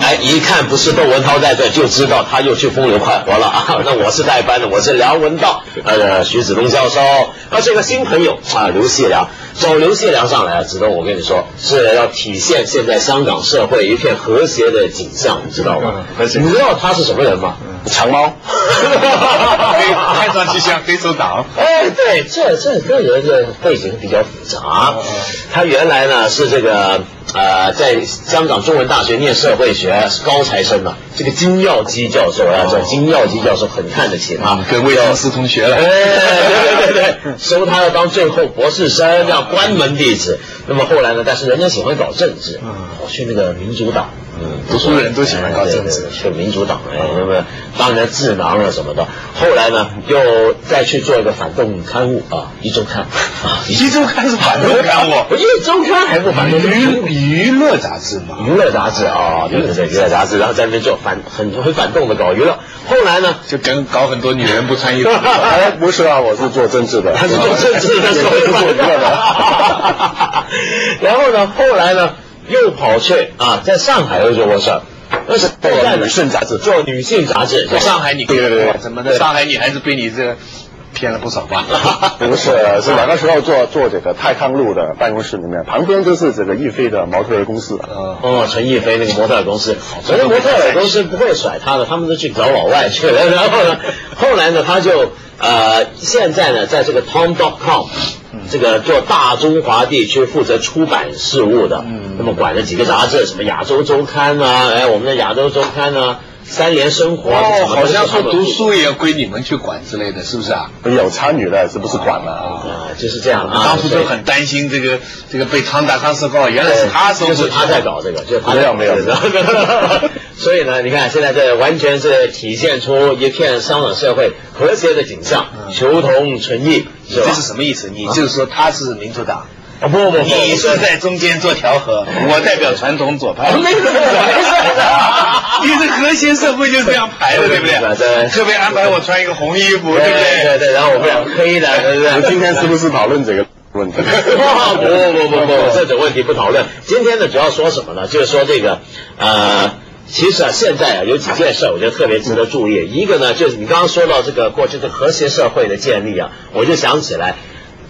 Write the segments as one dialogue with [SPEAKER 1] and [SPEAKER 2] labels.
[SPEAKER 1] 哎一看不是窦文涛在这，就知道他又去风流快活了啊。 那我是代班的，我是梁文道，呃，徐子东教授，他是个新朋友啊，刘细良。找刘细良上来，子东，我跟你说，是要体现现在香港社会一片和谐的景象，你知道吗？
[SPEAKER 2] 嗯和谐嗯
[SPEAKER 1] 你知道他是什么人吗？长 毛。
[SPEAKER 2] 黑看上去像黑手党。
[SPEAKER 1] 哎，对，这这个人的背景比较复杂。他原来呢是这个呃，在香港中文大学念社会学，是高材生嘛。这个金耀基教授啊，这金耀基教授很看得起他
[SPEAKER 2] 啊，，跟魏金斯同学了。
[SPEAKER 1] 哎，对对对对，收他要当最后博士生，要关门弟子。那么后来呢？但是人家喜欢搞政治，
[SPEAKER 2] 嗯
[SPEAKER 1] 跑去那个民主党。嗯，
[SPEAKER 2] 读书人都喜欢搞政治
[SPEAKER 1] 哎对对对去民主党，哎，那么当然智囊了什么的。后来呢，又再去做一个反动刊物啊，《一周刊》啊，《
[SPEAKER 2] 一周刊是反动刊物，
[SPEAKER 1] 我觉得《周刊》还不反动，
[SPEAKER 2] 娱乐杂志嘛。
[SPEAKER 1] 娱乐杂志啊，娱乐娱乐杂志，然后在那边做反很很反动的搞娱乐。后来呢，
[SPEAKER 2] 就跟搞很多女人不穿衣服，
[SPEAKER 3] 哎，不是啊，我是做政治的，
[SPEAKER 1] 他是做政治的，所
[SPEAKER 3] 也
[SPEAKER 1] 以
[SPEAKER 3] 是做娱乐的。
[SPEAKER 1] 然后呢，后来呢，又跑去啊，在上海又做过事儿，那是
[SPEAKER 3] 做女性杂志
[SPEAKER 1] 做女性杂志，在
[SPEAKER 2] 上海女
[SPEAKER 3] 对对对
[SPEAKER 2] 什么的，上海女孩子被你这骗了不少吧？
[SPEAKER 3] 不是，啊是那个时候做做这个泰康路的办公室里面，旁边就是这个易飞的模特儿公司。啊
[SPEAKER 2] 呃，
[SPEAKER 1] 哦，陈逸飞那个模特儿公司，反正模特儿公司不会甩他的，他们都去找老外去了。 然后呢，后来呢，他就呃，现在呢，在这个 Tom.com
[SPEAKER 2] 嗯
[SPEAKER 1] 这个做大中华地区负责出版事务的，
[SPEAKER 2] 嗯
[SPEAKER 1] 那么管了几个杂志，什么亚洲周刊啊，哎，我们的亚洲周刊啊，三联生活，啊什
[SPEAKER 2] 哦，
[SPEAKER 1] 么都
[SPEAKER 2] 好
[SPEAKER 1] 是
[SPEAKER 2] 像
[SPEAKER 1] 他
[SPEAKER 2] 说
[SPEAKER 1] 们
[SPEAKER 2] 读书也要归你们去管之类的，是不是啊？
[SPEAKER 3] 有参与的，是不是管了啊？
[SPEAKER 1] 啊，就是这样啊。
[SPEAKER 2] 当初
[SPEAKER 1] 所
[SPEAKER 2] 就
[SPEAKER 1] 以
[SPEAKER 2] 很担心这个这个被汤达康收购，原来是他收
[SPEAKER 1] 就是
[SPEAKER 2] 购的，
[SPEAKER 1] 他在搞这个，就是他在搞
[SPEAKER 3] 没有没有
[SPEAKER 1] 这个 所以呢，你看现在这完全是体现出一片香港社会和谐的景象，求同存异，是吧
[SPEAKER 2] 这？是什么意思？你就是说他是民主党，
[SPEAKER 1] 啊不不不，
[SPEAKER 2] 你是在中间做调和，我代表传统左派。
[SPEAKER 1] 没事没事
[SPEAKER 2] 你这和谐社会就是这样排的，对不
[SPEAKER 1] 对对
[SPEAKER 2] 对？特别安排我穿一个红衣服，对不
[SPEAKER 1] 对对
[SPEAKER 2] 对？
[SPEAKER 1] 对，然后我们俩黑的，对不
[SPEAKER 3] 我们
[SPEAKER 1] 对？
[SPEAKER 3] 今天是不是讨论这个问题？
[SPEAKER 1] 哇 不不不不不， 这种问题不讨论。今天呢，主要说什么呢？就是说这个，呃，其实啊，现在啊有几件事，我觉得特别值得注意。一个呢，就是你刚刚说到这个过去的和谐社会的建立啊，我就想起来，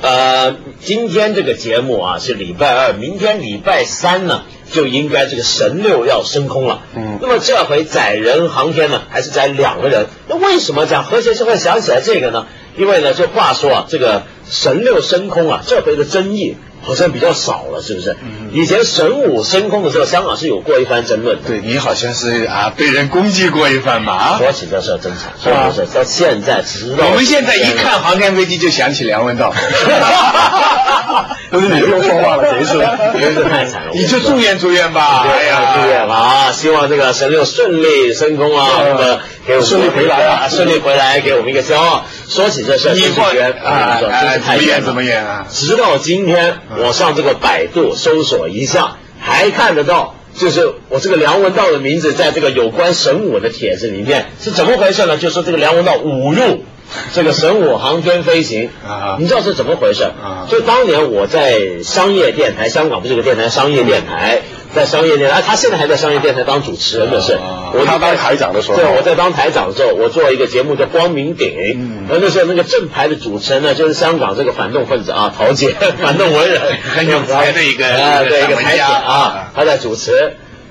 [SPEAKER 1] 呃，今天这个节目啊是礼拜二，明天礼拜三呢。就应该这个神六要升空了，嗯，那么这回载人航天呢，还是载两个人？那为什么讲和谐社会想起来这个呢？因为呢，就话说啊，这个神六升空啊，这回的争议好像比较少了，是不是？
[SPEAKER 2] 嗯
[SPEAKER 1] 以前神五升空的时候，香港是有过一番争论的。
[SPEAKER 2] 对你好像是啊，被人攻击过一番嘛啊！
[SPEAKER 1] 说起这事儿争吵，说
[SPEAKER 2] 吧
[SPEAKER 1] 起这事儿到现在直到
[SPEAKER 2] 我们现在一看航天飞机就想起梁文道，
[SPEAKER 3] 都是你又说话了，谁是？
[SPEAKER 1] 真是太惨了。
[SPEAKER 2] 你就住院住院吧，
[SPEAKER 1] 哎
[SPEAKER 2] 哎
[SPEAKER 1] 呀，祝愿
[SPEAKER 2] 呀，
[SPEAKER 1] 了啊！希望这个神六顺利升空啊，那么给我们
[SPEAKER 3] 顺利回来啊
[SPEAKER 1] 顺利回来，给我们一个骄傲。说起这事儿，
[SPEAKER 2] 你
[SPEAKER 1] 真是
[SPEAKER 2] 放
[SPEAKER 1] 觉得我跟
[SPEAKER 2] 啊
[SPEAKER 1] 你说真
[SPEAKER 2] 哎
[SPEAKER 1] 是
[SPEAKER 2] 怎
[SPEAKER 1] 太
[SPEAKER 2] 么
[SPEAKER 1] 冤
[SPEAKER 2] 演
[SPEAKER 1] 了
[SPEAKER 2] 怎么演啊？
[SPEAKER 1] 直到今天，
[SPEAKER 2] 嗯
[SPEAKER 1] 我上这个百度搜索一下，还看得到，就是我这个梁文道的名字在这个有关神武的帖子里面是怎么回事呢？就说这个梁文道侮 辱这个神武航天飞行
[SPEAKER 2] 啊
[SPEAKER 1] 你知道是怎么回事？
[SPEAKER 2] 啊
[SPEAKER 1] 就当年我在商业电台，香港不是有个电台商业电台，在商业电台，啊他现在还在商业电台当主持人的是，
[SPEAKER 2] 啊
[SPEAKER 1] 我
[SPEAKER 3] 他当台长的时候
[SPEAKER 1] 对，我在当台长的时候，我做一个节目叫《光明顶》，然后那时候那个正牌的主持人呢，就是香港这个反动分子啊，陶姐， 反动文人，
[SPEAKER 2] 很有才的一个
[SPEAKER 1] 啊，对，一个
[SPEAKER 2] 掌门
[SPEAKER 1] 台
[SPEAKER 2] 家
[SPEAKER 1] 长啊，他在主持。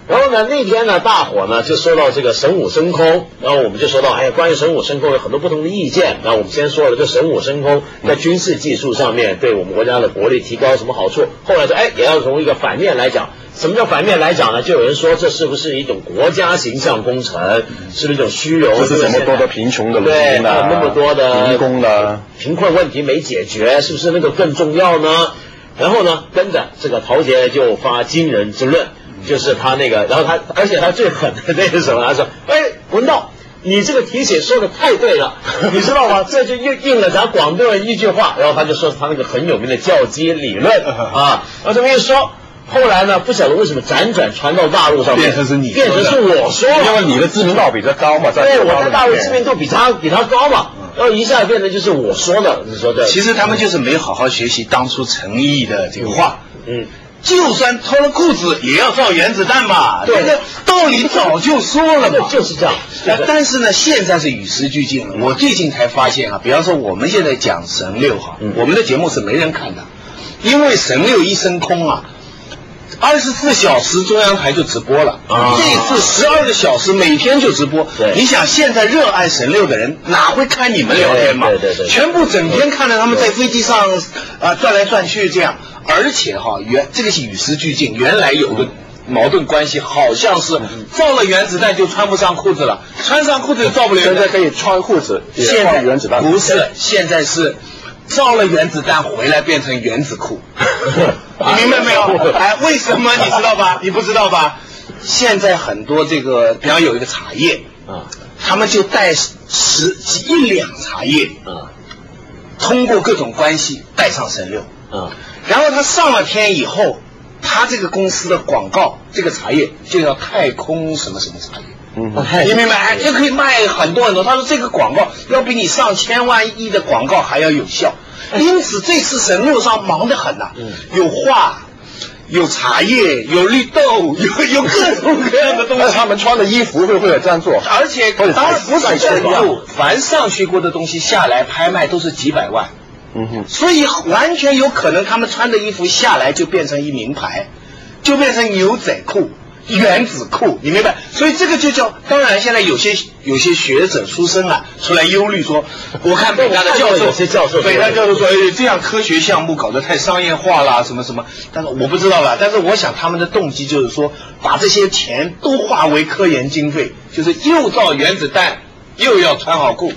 [SPEAKER 1] 然后呢，那天呢，大伙呢就说到这个神武升空，然后我们就说到，哎呀，关于神武升空有很多不同的意见。然后我们先说了，这神武升空在军事技术上面对我们国家的国力提高有什么好处？后来说，哎，也要从一个反面来讲，什么叫反面来讲呢？就有人说这是不是一种国家形象工程？是不是一种虚荣？
[SPEAKER 3] 这是什么多的贫穷的农民
[SPEAKER 1] 对
[SPEAKER 3] 啊，
[SPEAKER 1] 那么多的
[SPEAKER 3] 民工啊，
[SPEAKER 1] 贫困问题没解决，是不是那个更重要呢？然后呢，跟着这个陶杰就发惊人之论，
[SPEAKER 2] 嗯
[SPEAKER 1] 就是他那个，然后他，而且他最狠的那是什么？他说：“ 哎，文道，你这个题写说的太对 了，你知道吗？这就应应了咱广东人一句话。”然后他就说他那个很有名的教基理论
[SPEAKER 2] 嗯
[SPEAKER 1] 啊，然后这么一说。后来呢？不晓得为什么辗转传到大陆上面，
[SPEAKER 2] 变成是你
[SPEAKER 1] 变成
[SPEAKER 2] 说的
[SPEAKER 1] 是我说了，
[SPEAKER 3] 因为你的知名度比较高嘛，在
[SPEAKER 1] 对，
[SPEAKER 3] 这个
[SPEAKER 1] 我在大陆知名
[SPEAKER 3] 面
[SPEAKER 1] 度比他比他高嘛，
[SPEAKER 3] 嗯
[SPEAKER 1] 然后一下变成就是我说的，你说对，
[SPEAKER 2] 其实他们就是没好好学习当初陈毅的这个话，
[SPEAKER 1] 嗯，
[SPEAKER 2] 就算脱了裤子也要造原子弹嘛。
[SPEAKER 1] 对
[SPEAKER 2] 这个道理早就说了嘛，
[SPEAKER 1] 就是这样
[SPEAKER 2] 但
[SPEAKER 1] 就是
[SPEAKER 2] 但是呢，现在是与时俱进了。我最近才发现啊，比方说我们现在讲神六哈，
[SPEAKER 1] 嗯
[SPEAKER 2] 我们的节目是没人看的，因为神六一升空啊。二十四小时中央台就直播了，
[SPEAKER 1] 啊
[SPEAKER 2] 这次十二个小时每天就直播。
[SPEAKER 1] 对
[SPEAKER 2] 你想现在热爱神六的人哪会看你们聊天嘛？
[SPEAKER 1] 对对对对
[SPEAKER 2] 全部整天看着他们在飞机上啊转来转去这样，而且哈、原这个是与时俱进，原来有的矛盾关系好像是造了原子弹就穿不上裤子了，穿上裤子就造不了
[SPEAKER 3] 现
[SPEAKER 2] 原
[SPEAKER 3] 在
[SPEAKER 2] 子
[SPEAKER 3] 可
[SPEAKER 2] 弹。
[SPEAKER 3] 以穿裤子，也
[SPEAKER 2] 现在
[SPEAKER 3] 放原子弹。
[SPEAKER 2] 不是，现在是造了原子弹回来变成原子裤，你明白没有？哎，为什么你知道吧？你不知道吧？现在很多这个，比方有一个茶叶，
[SPEAKER 3] 嗯
[SPEAKER 1] 啊
[SPEAKER 2] 他们就带十几一两茶叶，
[SPEAKER 1] 啊
[SPEAKER 2] 通过各种关系带上神六，
[SPEAKER 1] 啊
[SPEAKER 2] 然后他上了天以后，他这个公司的广告，这个茶叶就叫太空什么什么茶叶。
[SPEAKER 3] 嗯，
[SPEAKER 2] 你明白？哎就可以卖很多很多。他说这个广告要比你上千万亿的广告还要有效，因此这次神六上忙得很呐、
[SPEAKER 1] 嗯
[SPEAKER 2] 有画，有茶叶，有绿豆， 有有各种各样的东
[SPEAKER 3] 那
[SPEAKER 2] 西。
[SPEAKER 3] 他们穿的衣服会不会有这样做？
[SPEAKER 2] 而且
[SPEAKER 3] 或者
[SPEAKER 2] 当然不
[SPEAKER 3] 还
[SPEAKER 2] 是
[SPEAKER 3] 是
[SPEAKER 2] 神
[SPEAKER 3] 吧
[SPEAKER 2] 六，凡上去过的东西下来拍卖都是几百万。
[SPEAKER 3] 嗯哼，
[SPEAKER 2] 所以完全有可能他们穿的衣服下来就变成一名牌，就变成牛仔裤、原子裤，你明白？所以这个就叫，当然现在有些有些学者出身啊，出来忧虑说，我看北大的教授，
[SPEAKER 1] 有些教授
[SPEAKER 2] 北大教授说，哎，这样科学项目搞得太商业化啦，什么什么，但是我不知道啦，但是我想他们的动机就是说，把这些钱都化为科研经费，就是又造原子弹，又要穿好裤。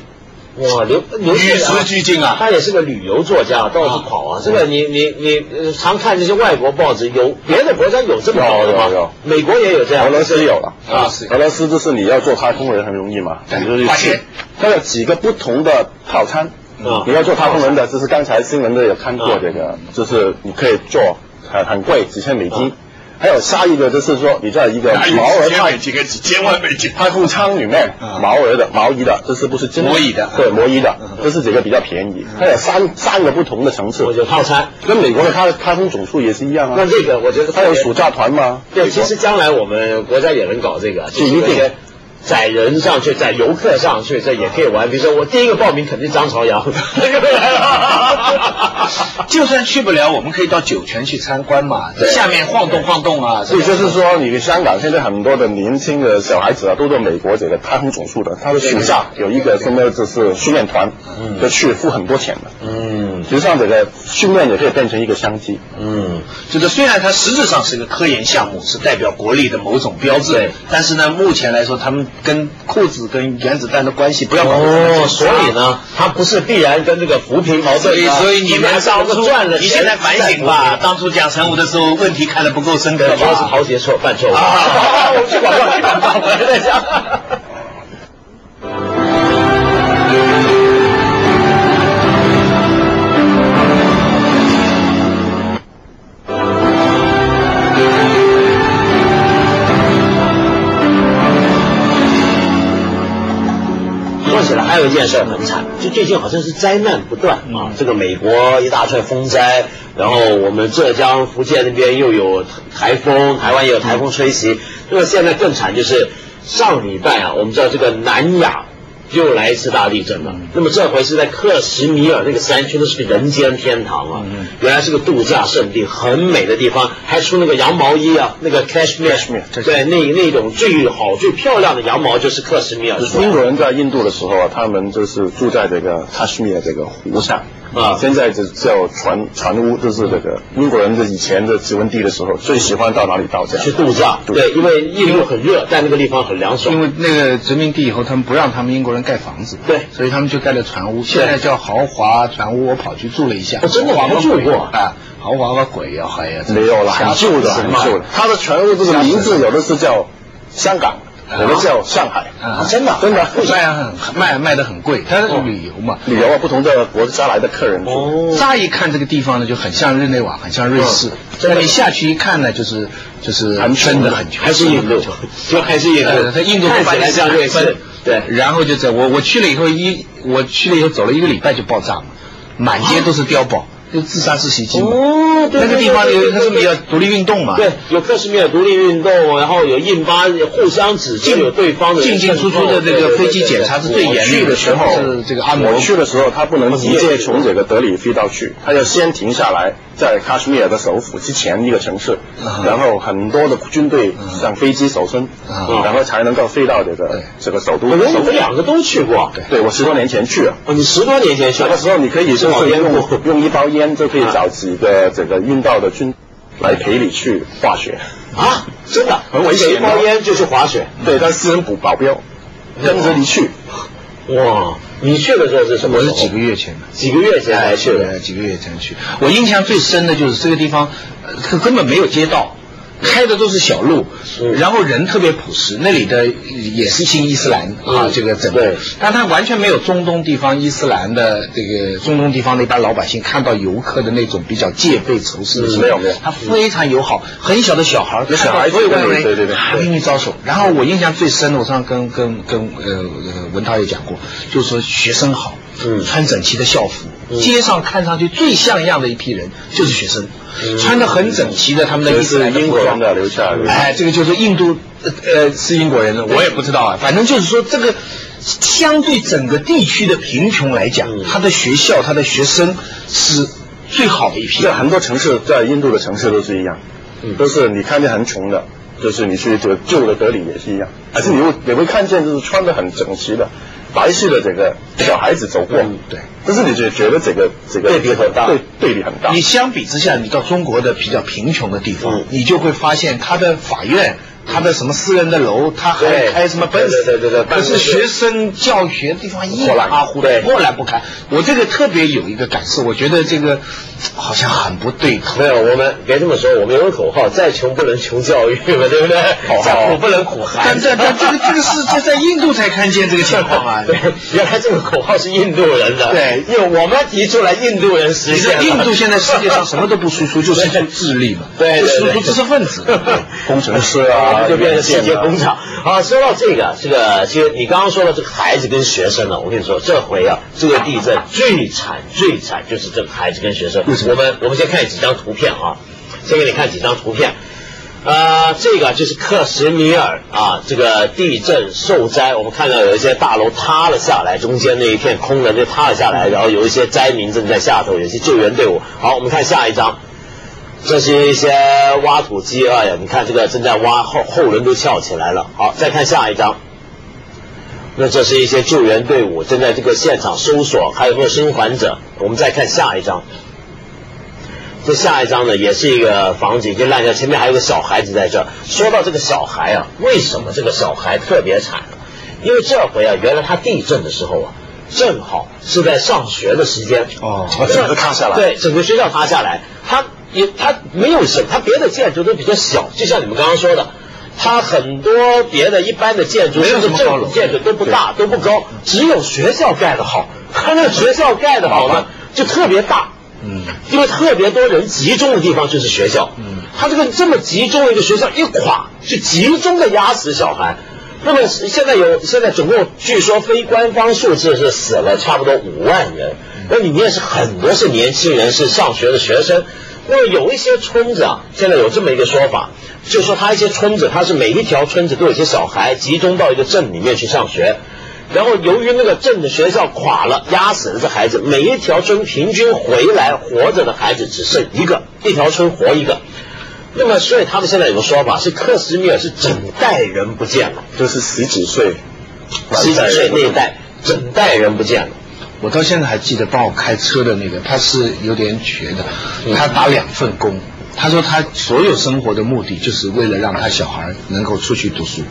[SPEAKER 1] 哇，刘刘
[SPEAKER 2] 与
[SPEAKER 1] 震啊
[SPEAKER 2] 时俱进啊
[SPEAKER 1] 他也是个旅游作家，到处跑啊。这个你你你呃常看这些外国报纸，有别的国家有这么搞的吗？
[SPEAKER 3] 有有有
[SPEAKER 1] 美国也有这样，
[SPEAKER 3] 俄罗斯有了
[SPEAKER 1] 啊，
[SPEAKER 2] 是
[SPEAKER 3] 俄罗斯就是你要做太空人很容易嘛，
[SPEAKER 2] 对
[SPEAKER 3] 你就是
[SPEAKER 2] 花钱
[SPEAKER 3] 它有几个不同的套餐。
[SPEAKER 1] 嗯
[SPEAKER 3] 你要做太空人的，就是刚才新闻的有看过这个，就是你可以做，很很贵，几千美金。还有下一个就是说，你在一个
[SPEAKER 2] 哪有
[SPEAKER 3] 毛
[SPEAKER 2] 几
[SPEAKER 3] 额
[SPEAKER 2] 千
[SPEAKER 3] 太
[SPEAKER 2] 美金跟几千万美金？
[SPEAKER 3] 太空舱里面
[SPEAKER 2] 啊
[SPEAKER 3] 毛鹅的、毛衣的，这是不是真
[SPEAKER 2] 模拟的
[SPEAKER 3] 对，模拟的，这是几个比较便宜。它有三三个不同的层次
[SPEAKER 1] 我。就套餐。
[SPEAKER 3] 跟美国的太太空总署也是一样
[SPEAKER 1] 那
[SPEAKER 3] 啊。
[SPEAKER 1] 这个我觉得
[SPEAKER 3] 它有暑假团吗？
[SPEAKER 1] 对，其实将来我们国家也能搞这个，就
[SPEAKER 3] 就是一定
[SPEAKER 1] 有一些载人上去，载游客上去，这也可以玩。比如说我第一个报名肯定张朝阳，
[SPEAKER 2] 就算去不了，我们可以到酒泉去参观嘛，在下面晃动晃动啊。
[SPEAKER 3] 所以就是说，你香港现在很多的年轻的小孩子啊，都到美国这个太空总署的，他的暑假有一个什么就是训练团，就去付很多钱的。
[SPEAKER 1] 嗯
[SPEAKER 3] 实际上，这个训练也可以变成一个商机。
[SPEAKER 1] 嗯，
[SPEAKER 2] 就是虽然它实质上是个科研项目，是代表国力的某种标志
[SPEAKER 1] 对，
[SPEAKER 2] 但是呢，目前来说，他们跟裤子跟原子弹的关系不要搞得这
[SPEAKER 1] 哦，
[SPEAKER 2] 么
[SPEAKER 1] 所
[SPEAKER 2] 复杂
[SPEAKER 1] 以。呢，它不是必然跟这个扶贫矛
[SPEAKER 2] 所
[SPEAKER 1] 盾
[SPEAKER 2] 以，
[SPEAKER 1] 啊，
[SPEAKER 2] 所以你们
[SPEAKER 1] 上
[SPEAKER 2] 当
[SPEAKER 1] 次
[SPEAKER 2] 初
[SPEAKER 1] 赚了，
[SPEAKER 2] 你现在反省吧。，当初讲神武的时候，问题看得不够深刻
[SPEAKER 1] 对，主要是
[SPEAKER 2] 吧？
[SPEAKER 1] 豪杰错犯错误。
[SPEAKER 2] 啊
[SPEAKER 1] 我们去广告，去 广告，我在家。说起来还有一件事儿很惨，就最近好像是灾难不断啊，这个美国一大串风灾，然后我们浙江、福建那边又有台风，台湾也有台风吹袭。那么现在更惨就是上礼拜啊，我们知道这个南亚又来一次大地震了。那么这回是在克什米尔那个山区，那是个人间天堂啊，原来是个度假胜地，很美的地方，还出那个羊毛衣啊，那个 cashmere，
[SPEAKER 3] Cashmere，
[SPEAKER 1] 对，那那种最好最漂亮的羊毛就是克什米尔啊出来的
[SPEAKER 3] 英国人在印度的时候啊，他们就是住在这个喀什米尔这个湖上
[SPEAKER 1] 啊
[SPEAKER 3] 现在就叫船船屋，就是这个英国人的以前的殖民地的时候，最喜欢到哪里度假？
[SPEAKER 1] 去度假，对，
[SPEAKER 3] 对
[SPEAKER 1] 因为印度很热，在那个地方很凉爽。
[SPEAKER 2] 为那个殖民地以后，他们不让他们英国人盖房子，
[SPEAKER 1] 对
[SPEAKER 2] 所以他们就盖了船屋，
[SPEAKER 1] 现在
[SPEAKER 2] 叫豪华船屋。我跑去住了一下
[SPEAKER 1] 我哦真的没住过
[SPEAKER 2] 啊，豪华个鬼呀，哎呀，
[SPEAKER 3] 没有了，很旧的，很旧的。它的船屋这个名字有的是叫香港，有的叫上海，
[SPEAKER 2] 啊
[SPEAKER 1] 真的
[SPEAKER 3] 真的。
[SPEAKER 2] 卖很卖卖的很贵，它是旅游嘛。
[SPEAKER 3] 旅游啊，不同的国家来的客人住。
[SPEAKER 1] 哦，
[SPEAKER 2] 乍一看这个地方呢，就很像日内瓦，很像瑞士
[SPEAKER 1] 嗯。真的
[SPEAKER 2] 但你下去一看呢，就是就是
[SPEAKER 3] 很穷
[SPEAKER 2] 真的很穷，
[SPEAKER 1] 还是印度，就还是印度
[SPEAKER 2] 呃，，它印度
[SPEAKER 1] 看起来像瑞士，对，
[SPEAKER 2] 然后就在我我去了以后一我去了以后走了一个礼拜就爆炸了，满街都是碉堡。就自杀式袭击嘛。
[SPEAKER 1] 哦，对
[SPEAKER 2] 那个地方有它是比较独立运动嘛，
[SPEAKER 1] 对，有克什米尔独立运动，然后有印巴互相指
[SPEAKER 2] 进
[SPEAKER 1] 责有对方的
[SPEAKER 2] 进进出出的这个飞机检查是最严厉
[SPEAKER 3] 去的时候
[SPEAKER 2] 是这个按摩
[SPEAKER 3] 我去的时候，他不能直接从这个德里飞到去，他要先停下来，在喀什米尔的首府之前一个城市，然后很多的军队让飞机搜身，
[SPEAKER 2] 啊
[SPEAKER 3] 然后才能够飞到这个这个首都。
[SPEAKER 1] 我们
[SPEAKER 3] 首
[SPEAKER 1] 你
[SPEAKER 3] 府
[SPEAKER 1] 们两个都去过，
[SPEAKER 3] 对我十多年前去了。
[SPEAKER 1] 哦，你十多年前去
[SPEAKER 3] 那个时候你可以
[SPEAKER 1] 是
[SPEAKER 3] 就
[SPEAKER 1] 老
[SPEAKER 3] 是
[SPEAKER 1] 烟
[SPEAKER 3] 用
[SPEAKER 1] 雾
[SPEAKER 3] 用一包烟就可以找几个这个运到的军来陪你去化学。
[SPEAKER 1] 啊，真的
[SPEAKER 3] 很危险
[SPEAKER 1] 一包烟就去滑雪，
[SPEAKER 3] 对，但私人保保镖跟着你去，
[SPEAKER 1] 哇！你去的时候是什么
[SPEAKER 2] 我
[SPEAKER 1] 时
[SPEAKER 2] 是
[SPEAKER 1] 候？
[SPEAKER 2] 几个月前的。
[SPEAKER 1] 几个月前才去的，
[SPEAKER 2] 对，几个月前去。我印象最深的就是这个地方，呃根根本没有街道，开的都是小路，
[SPEAKER 3] 嗯
[SPEAKER 2] 然后人特别朴实。那里的呃也是新伊斯兰啊
[SPEAKER 1] 嗯，
[SPEAKER 2] 这个整个
[SPEAKER 1] 对，
[SPEAKER 2] 但它完全没有中东地方伊斯兰的这个中东地方那帮老百姓看到游客的那种比较戒备仇视的心
[SPEAKER 3] 嗯
[SPEAKER 2] 态，
[SPEAKER 3] 没有没有
[SPEAKER 2] 他非常友好，很小的小孩儿，
[SPEAKER 3] 有小
[SPEAKER 2] 看到
[SPEAKER 3] 孩子
[SPEAKER 2] 所有外国人，
[SPEAKER 3] 对对对对
[SPEAKER 2] 啊跟你招手。然后我印象最深的，我上次跟跟跟呃呃文涛也讲过，就是说学生好，
[SPEAKER 1] 嗯
[SPEAKER 2] 穿整齐的校服，
[SPEAKER 3] 嗯
[SPEAKER 2] 街上看上去最像样的一批人就是学生，穿的很整齐的他们的
[SPEAKER 3] 嗯这
[SPEAKER 2] 伊斯
[SPEAKER 3] 是
[SPEAKER 2] 兰的
[SPEAKER 3] 英
[SPEAKER 2] 服
[SPEAKER 3] 国
[SPEAKER 2] 装
[SPEAKER 3] 人。的留下来的。
[SPEAKER 2] 哎，这个就是印度，呃呃，是英国人了，我也不知道啊。反正就是说，这个相对整个地区的贫穷来讲，
[SPEAKER 3] 嗯
[SPEAKER 2] 他的学校、他的学生是最好的一批。
[SPEAKER 3] 在很多城市，在印度的城市都是一样，
[SPEAKER 1] 嗯
[SPEAKER 3] 都是你看见很穷的，就是你去这旧的德里也是一样，而且你会你会看见就是穿的很整齐的白皙的这个小孩子走过，
[SPEAKER 2] 对。
[SPEAKER 3] 但是你就觉得这个这个
[SPEAKER 1] 嗯对比很大
[SPEAKER 3] 对对比很大
[SPEAKER 2] 你。相比之下，你到中国的比较贫穷的地方，
[SPEAKER 1] 啊嗯
[SPEAKER 2] 你就会发现他的法院。他的什么私人的楼，他还
[SPEAKER 1] 对
[SPEAKER 2] 开什么奔驰？
[SPEAKER 1] 对对对对对
[SPEAKER 2] 可是学生教学地方一塌糊涂
[SPEAKER 1] 破烂，
[SPEAKER 2] 破烂不堪。我这个特别有一个感受，我觉得这个好像很不对头。
[SPEAKER 1] 没有，我们别这么说，我们有个口号：再穷不能穷教育嘛，对不对？
[SPEAKER 3] 口号
[SPEAKER 1] 再苦不能苦孩
[SPEAKER 2] 但
[SPEAKER 1] 子
[SPEAKER 2] 但。但这个这个是这在印度才看见这个情况啊！
[SPEAKER 1] 对，原来这个口号是印度人的。
[SPEAKER 2] 对
[SPEAKER 1] 因为我们提出来，印度人实
[SPEAKER 2] 你
[SPEAKER 1] 现
[SPEAKER 2] 说
[SPEAKER 1] 了。
[SPEAKER 2] 印度现在世界上什么都不输出，就输出智力嘛，
[SPEAKER 1] 对
[SPEAKER 2] 就
[SPEAKER 1] 对
[SPEAKER 2] 输
[SPEAKER 1] 对
[SPEAKER 2] 出知识分子，
[SPEAKER 3] 工程师啊，
[SPEAKER 1] 就变成世
[SPEAKER 3] 软
[SPEAKER 1] 界
[SPEAKER 3] 件啊
[SPEAKER 1] 工厂啊。说到这个，这个其实你刚刚说的这个孩子跟学生呢，我跟你说，这回啊，这个地震最惨最惨就是这个孩子跟学生。
[SPEAKER 2] 为什么
[SPEAKER 1] 我们我们先看几张图片啊，先给你看几张图片。呃，这个就是克什米尔啊，这个地震受灾，我们看到有一些大楼塌了下来，中间那一片空的就塌了下来，然后有一些灾民正在下头，有些救援队伍。好，我们看下一张。这是一些挖土机啊呀，你看这个正在挖，后后轮都翘起来了。好，再看下一张。那这是一些救援队伍正在这个现场搜索，还有没有生还者？我们再看下一张。这下一张呢，也是一个房子已经烂掉，前面还有个小孩子在这儿。说到这个小孩啊，为什么这个小孩特别惨呢？因为这回啊，原来他地震的时候啊，正好是在上学的时间
[SPEAKER 2] 哦
[SPEAKER 3] 整个塌下来
[SPEAKER 1] 对，整个学校塌下来，他也他没有什么，他别的建筑都比较小，就像你们刚刚说的。他很多别的一般的建筑，
[SPEAKER 2] 没
[SPEAKER 1] 甚
[SPEAKER 2] 有
[SPEAKER 1] 至
[SPEAKER 2] 什么高
[SPEAKER 1] 政
[SPEAKER 2] 楼嗯
[SPEAKER 1] 府建筑都不大都不高，只有学校盖得好。他那个学校盖得好呢，就特别大，
[SPEAKER 2] 嗯，
[SPEAKER 1] 因为特别多人集中的地方就是学校，嗯，他这个这么集中的一个学校一垮，就集中的压死小孩。那么现在有现在总共据说非官方数字是死了差不多五万人，
[SPEAKER 2] 嗯
[SPEAKER 1] 那里面是很多是年轻人，是上学的学生。那么有一些村子啊，现在有这么一个说法，就说他一些村子，他是每一条村子都有些小孩集中到一个镇里面去上学。然后由于那个镇的学校垮了，压死了这孩子，每一条村平均回来活着的孩子只剩一个，一条村活一个。那么，所以他们现在有个说法是克什米尔是整代人不见了，
[SPEAKER 3] 就是十几岁，
[SPEAKER 1] 十几岁那一代整代人不见了。
[SPEAKER 2] 我到现在还记得帮我开车的那个，他是有点瘸的，
[SPEAKER 1] 嗯
[SPEAKER 2] 他打两份工。他说他所有生活的目的就是为了让他小孩能够出去读书。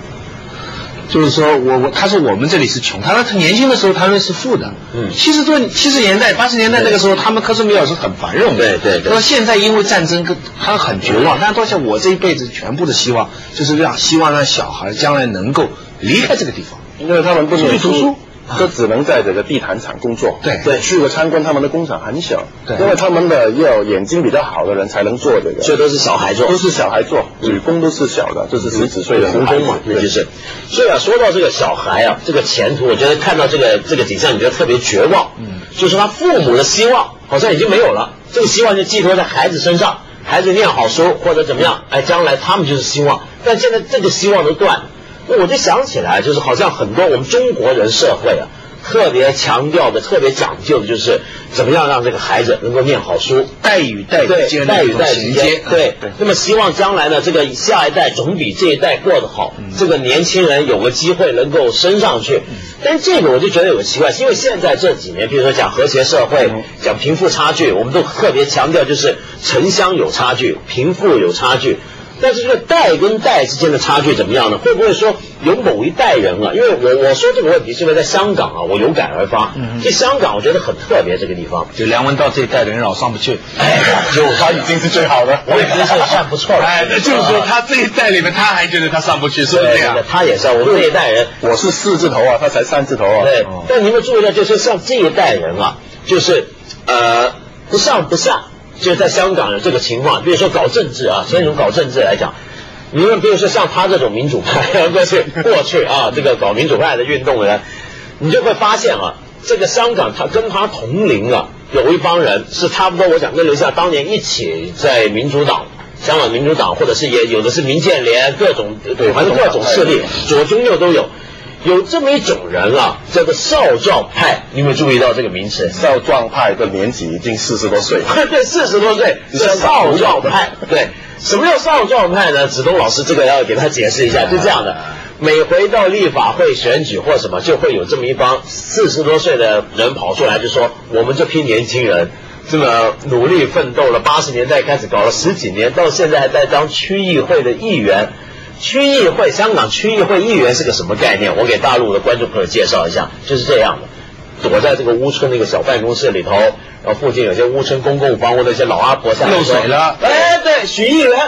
[SPEAKER 2] 就是说我我他说我们这里是穷，他说他年轻的时候他们是富的，
[SPEAKER 1] 嗯
[SPEAKER 2] 七十多七十年代八十年代那个时候他们克什米尔是很繁荣
[SPEAKER 1] 对
[SPEAKER 2] 的，
[SPEAKER 1] 对对
[SPEAKER 2] 到现在因为战争跟他很绝望，但到现在我这一辈子全部的希望就是让希望让小孩将来能够离开这个地方，
[SPEAKER 3] 因为他们不
[SPEAKER 2] 出去
[SPEAKER 3] 念
[SPEAKER 2] 读书，
[SPEAKER 3] 这只能在这个地毯厂工作。
[SPEAKER 2] 对
[SPEAKER 3] 对，去过参观他们的工厂很小，
[SPEAKER 2] 对
[SPEAKER 3] 因为他们的要眼睛比较好的人才能做这个，
[SPEAKER 1] 这都是小孩做嗯
[SPEAKER 3] 都。是小孩做，女工都是小的，就是十几岁的
[SPEAKER 1] 童
[SPEAKER 3] 孩
[SPEAKER 1] 工
[SPEAKER 3] 子
[SPEAKER 1] 嘛，那
[SPEAKER 3] 对
[SPEAKER 1] 就是。所以啊，说到这个小孩啊，这个前途，我觉得看到这个这个景象，你觉得特别绝望。嗯，就是他父母的希望好像已经没有了，这个希望就寄托在孩子身上，孩子念好书或者怎么样，哎，将来他们就是希望。但现在这个希望都断，那我就想起来，就是好像很多我们中国人社会啊。特别强调的、特别讲究的就是怎么样让这个孩子能够念好书，
[SPEAKER 2] 代与代之
[SPEAKER 1] 对，
[SPEAKER 2] 间
[SPEAKER 1] 代
[SPEAKER 2] 的一
[SPEAKER 1] 与
[SPEAKER 2] 种
[SPEAKER 1] 代之
[SPEAKER 2] 衔
[SPEAKER 1] 间
[SPEAKER 2] 接，，嗯
[SPEAKER 1] 对
[SPEAKER 3] 对。
[SPEAKER 1] 那么希望将来呢，这个下一代总比这一代过得好，这个年轻人有个机会能够升上去。但这个我就觉得有个奇怪，是因为现在这几年，比如说讲和谐社会，讲贫富差距，我们都特别强调就是城乡有差距，贫富有差距。但是这个代跟代之间的差距怎么样呢？会不会说有某一代人啊？因为我我说这个问题是因为在香港啊，我有感而发。这香港我觉得很特别，这个地方。
[SPEAKER 2] 就梁文道这一代人老上不去，
[SPEAKER 1] 哎，
[SPEAKER 3] 就他已经是最好的，
[SPEAKER 1] 我也觉得这算不错了。啊
[SPEAKER 2] 哎，那就是说他这一代里面他还觉得他上不去，是不是这样？
[SPEAKER 1] 他也是啊我们这一代人。
[SPEAKER 3] 我是四字头啊，他才三字头啊，
[SPEAKER 1] 对，但你有没有注意到，就是像这一代人啊，就是呃不上不下，就是在香港有这个情况。比如说搞政治啊，先从搞政治来讲，你们比如说像他这种民主派， 过去过去啊，这个搞民主派的运动的人，你就会发现啊，这个香港他跟他同龄啊，有一帮人是差不多，我想跟刘夏当年一起在民主党。香港民主党，或者是也有的是民建联，各种
[SPEAKER 3] 对
[SPEAKER 1] 反正各
[SPEAKER 3] 各种
[SPEAKER 1] 种
[SPEAKER 3] 党派
[SPEAKER 1] 势力，左中右都有。有这么一种人啊，叫做少壮派，你有没有注意到这个名词？
[SPEAKER 3] 少壮派的年纪已经四十多岁 了。
[SPEAKER 1] 对，四十多岁是少壮派。对，什么叫少壮派呢？子东老师这个要给他解释一下，是这样的。每回到立法会选举或什么，就会有这么一帮四十多岁的人跑出来，就说我们这批年轻人，这么努力奋斗了，八十年代开始搞了十几年，到现在还在当区议会的议员。区议会，香港区议会议员是个什么概念？我给大陆的观众朋友介绍一下，就是这样的。躲在这个屋村那个小办公室里头，然后附近有些屋村公共房屋的一些老阿婆下来
[SPEAKER 2] 漏
[SPEAKER 1] 说
[SPEAKER 2] 水了
[SPEAKER 1] 哎，对，许议员，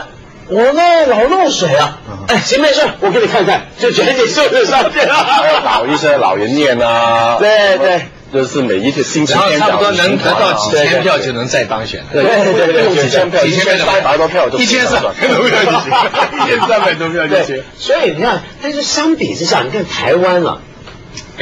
[SPEAKER 1] 我那老漏水啊。
[SPEAKER 2] 嗯
[SPEAKER 1] 哎，行没事，我给你看看，就全你袖子上去
[SPEAKER 3] 还有
[SPEAKER 1] 了。
[SPEAKER 3] 老一些老人念啊，
[SPEAKER 1] 对对，
[SPEAKER 3] 就是每一天星期
[SPEAKER 2] 然后
[SPEAKER 3] 天
[SPEAKER 2] 差不多能得到几千票
[SPEAKER 3] 就
[SPEAKER 2] 就能再当选了。
[SPEAKER 3] 对对对对，用几啊千票，
[SPEAKER 2] 几千票
[SPEAKER 3] 三百多票就
[SPEAKER 2] 一千三百多票就行， 一千三百多票就行
[SPEAKER 1] 对。，所以你看，但是相比之下，你看台湾啊，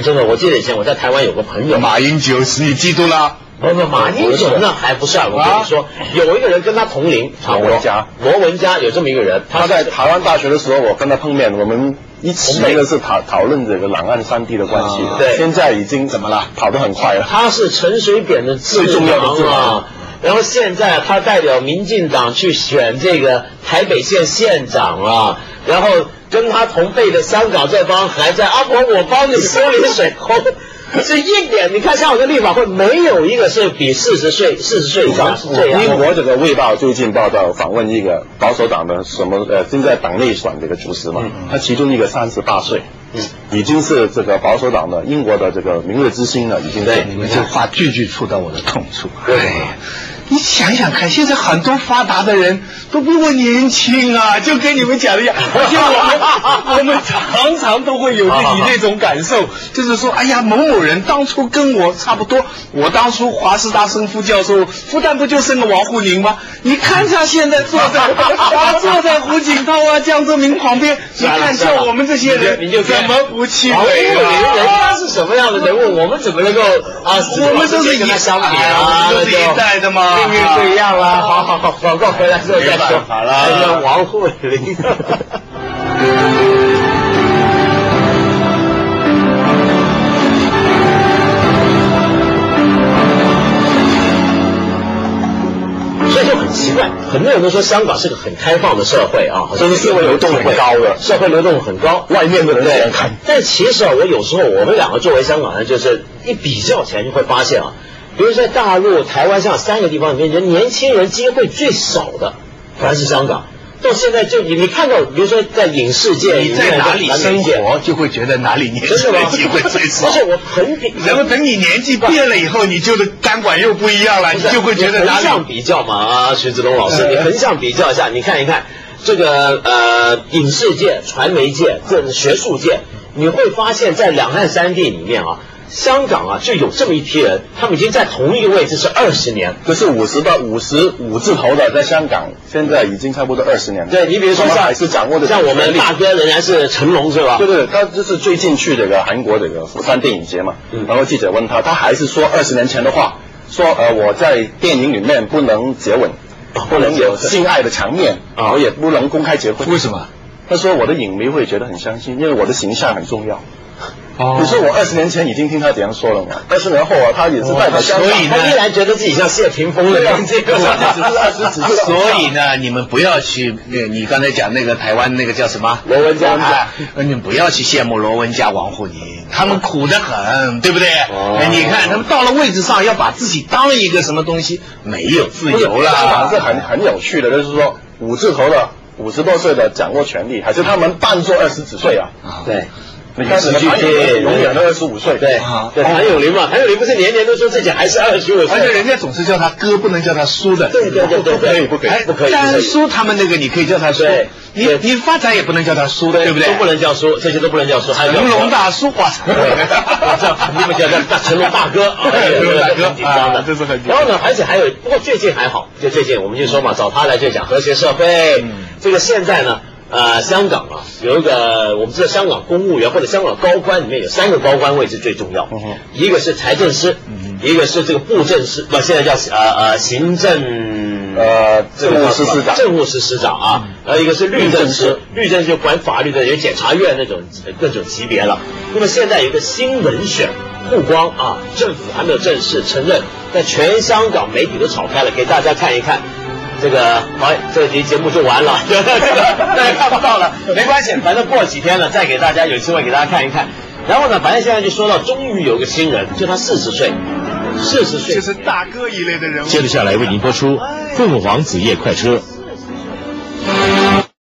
[SPEAKER 1] 真的，我记得以前我在台湾有个朋友，
[SPEAKER 2] 马英九是你嫉妒了？
[SPEAKER 1] 不不，马英九那还不算。我跟
[SPEAKER 2] 啊
[SPEAKER 1] 你说，有一个人跟他同龄，差不
[SPEAKER 3] 罗
[SPEAKER 1] 多
[SPEAKER 3] 文嘉，
[SPEAKER 1] 罗文嘉有这么一个人，
[SPEAKER 3] 他
[SPEAKER 1] 他
[SPEAKER 3] 在台湾大学的时候，我跟他碰面，我们一起那个是讨讨论这个两岸三地的关系
[SPEAKER 1] 啊。对
[SPEAKER 3] 现在已经怎么了？跑得很快了。
[SPEAKER 1] 他是陈水扁的智囊
[SPEAKER 3] 最重要的智囊
[SPEAKER 1] 啊。然后现在他代表民进党去选这个台北县县长啊，然后跟他同辈的香港这帮还在阿婆，我帮你修理水沟。是一点，你看像我的立法会，没有一个是比四十岁四十岁以上是这样的。
[SPEAKER 3] 英国这个《卫报》最近报道访问一个保守党的什么呃，正在党内选这个主席嘛，
[SPEAKER 2] 嗯
[SPEAKER 3] 他其中一个三十八岁，已经是这个保守党的英国的这个明日之星了，已经
[SPEAKER 1] 对
[SPEAKER 3] 是
[SPEAKER 2] 你们这话句句触到我的痛处。哎，你想想看，现在很多发达的人都比我年轻啊，就跟你们讲的一样。而且我们我们常常都会有自己那种感受，就是说，哎呀，某某人当初跟我差不多，我当初华师大生副教授，复旦不就生个王沪宁吗？你看他现在坐在 他坐在胡锦涛啊、江泽民旁边，你
[SPEAKER 1] 算了
[SPEAKER 2] 看
[SPEAKER 1] 算了
[SPEAKER 2] 像我们这些人
[SPEAKER 1] 你就你就
[SPEAKER 2] 怎么不气
[SPEAKER 1] 王沪宁
[SPEAKER 2] 馁啊了？
[SPEAKER 1] 人家是什么样的人物，我们怎么能够啊？
[SPEAKER 2] 我们都是一
[SPEAKER 1] 跟他相比
[SPEAKER 2] 哎
[SPEAKER 1] 啊，
[SPEAKER 2] 我们都是一代的嘛
[SPEAKER 1] 命运不一样啊啦。好好好，广告回来之后再
[SPEAKER 2] 没
[SPEAKER 1] 说
[SPEAKER 2] 办。法啦
[SPEAKER 1] 这个王沪宁。所以就很奇怪，很多人都说香港是个很开放的社会啊，好像
[SPEAKER 3] 就是社会流动很高的
[SPEAKER 1] 社会流动很高。
[SPEAKER 3] 外面的人想看。
[SPEAKER 1] 但其实啊，我有时候我们两个作为香港人，就是一比较起来就会发现啊，比如在大陆、台湾像三个地方里面，人年轻人机会最少的，反而是香港。到现在就你你看到，比如说在影视界，
[SPEAKER 2] 你在哪里
[SPEAKER 1] 传媒
[SPEAKER 2] 生
[SPEAKER 1] 界，
[SPEAKER 2] 活，就会觉得哪里年
[SPEAKER 1] 真
[SPEAKER 2] 轻
[SPEAKER 1] 的吗
[SPEAKER 2] 人？机会最少
[SPEAKER 1] 而。且我很比，
[SPEAKER 2] 然后等你年纪变了以后，你就的钢管又不一样了，
[SPEAKER 1] 不
[SPEAKER 2] 你
[SPEAKER 1] 是
[SPEAKER 2] 就会觉得
[SPEAKER 1] 你
[SPEAKER 2] 哪
[SPEAKER 1] 横向
[SPEAKER 2] 里
[SPEAKER 1] 比较嘛啊，徐子东老师，
[SPEAKER 2] 嗯
[SPEAKER 1] 你横向比较一下，你看一看这个呃影视界、传媒界、这学术界，你会发现在两岸三地里面啊。香港啊就有这么一批人，他们已经在同一个位置是二十年。
[SPEAKER 3] 可是五十到五十五字头的，在香港现在已经差不多二十年了。
[SPEAKER 1] 对你比如说
[SPEAKER 3] 他们
[SPEAKER 1] 像
[SPEAKER 3] 还是掌握的
[SPEAKER 1] 像我们大哥仍然是成龙是吧？
[SPEAKER 3] 对对对，他就是最近去这个韩国这个釜山电影节嘛，
[SPEAKER 1] 嗯
[SPEAKER 3] 然后记者问他，他还是说二十年前的话，说呃我在电影里面不能接吻，
[SPEAKER 2] 啊
[SPEAKER 3] 不能有性爱的场面，
[SPEAKER 1] 啊
[SPEAKER 3] 我也不能公开结婚。
[SPEAKER 2] 为什么？
[SPEAKER 3] 他说我的影迷会觉得很伤心，因为我的形象很重要。
[SPEAKER 2] 哦
[SPEAKER 3] 可是我二十年前已经听他怎样说了嘛，二十年后啊，他也 是代表香港，
[SPEAKER 2] 所以呢
[SPEAKER 1] 他依然觉得自己像谢霆锋的
[SPEAKER 3] 对 啊
[SPEAKER 1] 年纪。
[SPEAKER 3] 只是只是
[SPEAKER 2] 所以呢，你们不要去，呃你刚才讲那个台湾那个叫什么？
[SPEAKER 1] 罗文佳
[SPEAKER 2] 呃你们不要去羡慕罗文佳、王沪宁，他们苦得很，对不对？
[SPEAKER 1] 哦
[SPEAKER 2] 呃你看他们到了位置上，要把自己当一个什么东西，没有自
[SPEAKER 3] 不是
[SPEAKER 2] 由
[SPEAKER 3] 香港是
[SPEAKER 2] 了。
[SPEAKER 3] 很很有趣的，就是说五字头的五十多岁的掌握权力，还是他们扮作二十几岁啊？
[SPEAKER 1] 对
[SPEAKER 3] 你看什么
[SPEAKER 1] 电影
[SPEAKER 3] 永远都二十五岁，
[SPEAKER 1] 对
[SPEAKER 2] 啊
[SPEAKER 1] 对，谭咏麟嘛，谭咏麟不是年年都说自己还是二十五
[SPEAKER 2] 而且
[SPEAKER 1] 岁。
[SPEAKER 2] 人家总是叫他哥，不能叫他叔的。
[SPEAKER 1] 对对对对对，
[SPEAKER 3] 不可以
[SPEAKER 2] 哎，
[SPEAKER 1] 不可以，不可
[SPEAKER 2] 但
[SPEAKER 1] 以。
[SPEAKER 2] 叔他们那个你可以叫他叔
[SPEAKER 1] 对，
[SPEAKER 2] 你
[SPEAKER 1] 对
[SPEAKER 2] 你发展也不能叫他叔，对不对
[SPEAKER 1] 都？不能叫叔，这些都不能叫叔， 还有叫
[SPEAKER 2] 成龙大叔，啊哇塞！
[SPEAKER 1] 这你们叫叫成龙大哥，啊
[SPEAKER 2] 成龙大哥
[SPEAKER 1] 这很紧张的
[SPEAKER 2] 啊，这是很紧
[SPEAKER 1] 然
[SPEAKER 2] 张
[SPEAKER 1] 后呢，而且还有，不过最近还好，就最近我们就说嘛，找他来就讲和谐社会。这个现在呢，呃，香港啊，有一个我们知道，香港公务员或者香港高官里面有三个高官位置最重要
[SPEAKER 3] 哼，
[SPEAKER 1] 一个是财政司，一个是这个布政司，不，现在叫呃呃行政
[SPEAKER 3] 呃，
[SPEAKER 1] 这
[SPEAKER 3] 政
[SPEAKER 1] 个
[SPEAKER 3] 务司司长，
[SPEAKER 1] 政务司司长啊，
[SPEAKER 4] 嗯
[SPEAKER 1] 然后一个是律政
[SPEAKER 3] 律
[SPEAKER 1] 司
[SPEAKER 3] 政，
[SPEAKER 1] 律政司就管法律的，有检察院那种各种级别了。那么现在有一个新人选曝光啊，政府还没有正式承认，但全香港媒体都炒开了，给大家看一看。这个好，这集节目就 完了，这个大家看不到了，没关系，反正过几天了再给大家有机会给大家看一看。然后呢，反正现在就说到，终于有个新人，就他四十岁，四十岁
[SPEAKER 2] 就是大哥一类的人物。
[SPEAKER 4] 接着下来为您播出《凤凰子夜快车》。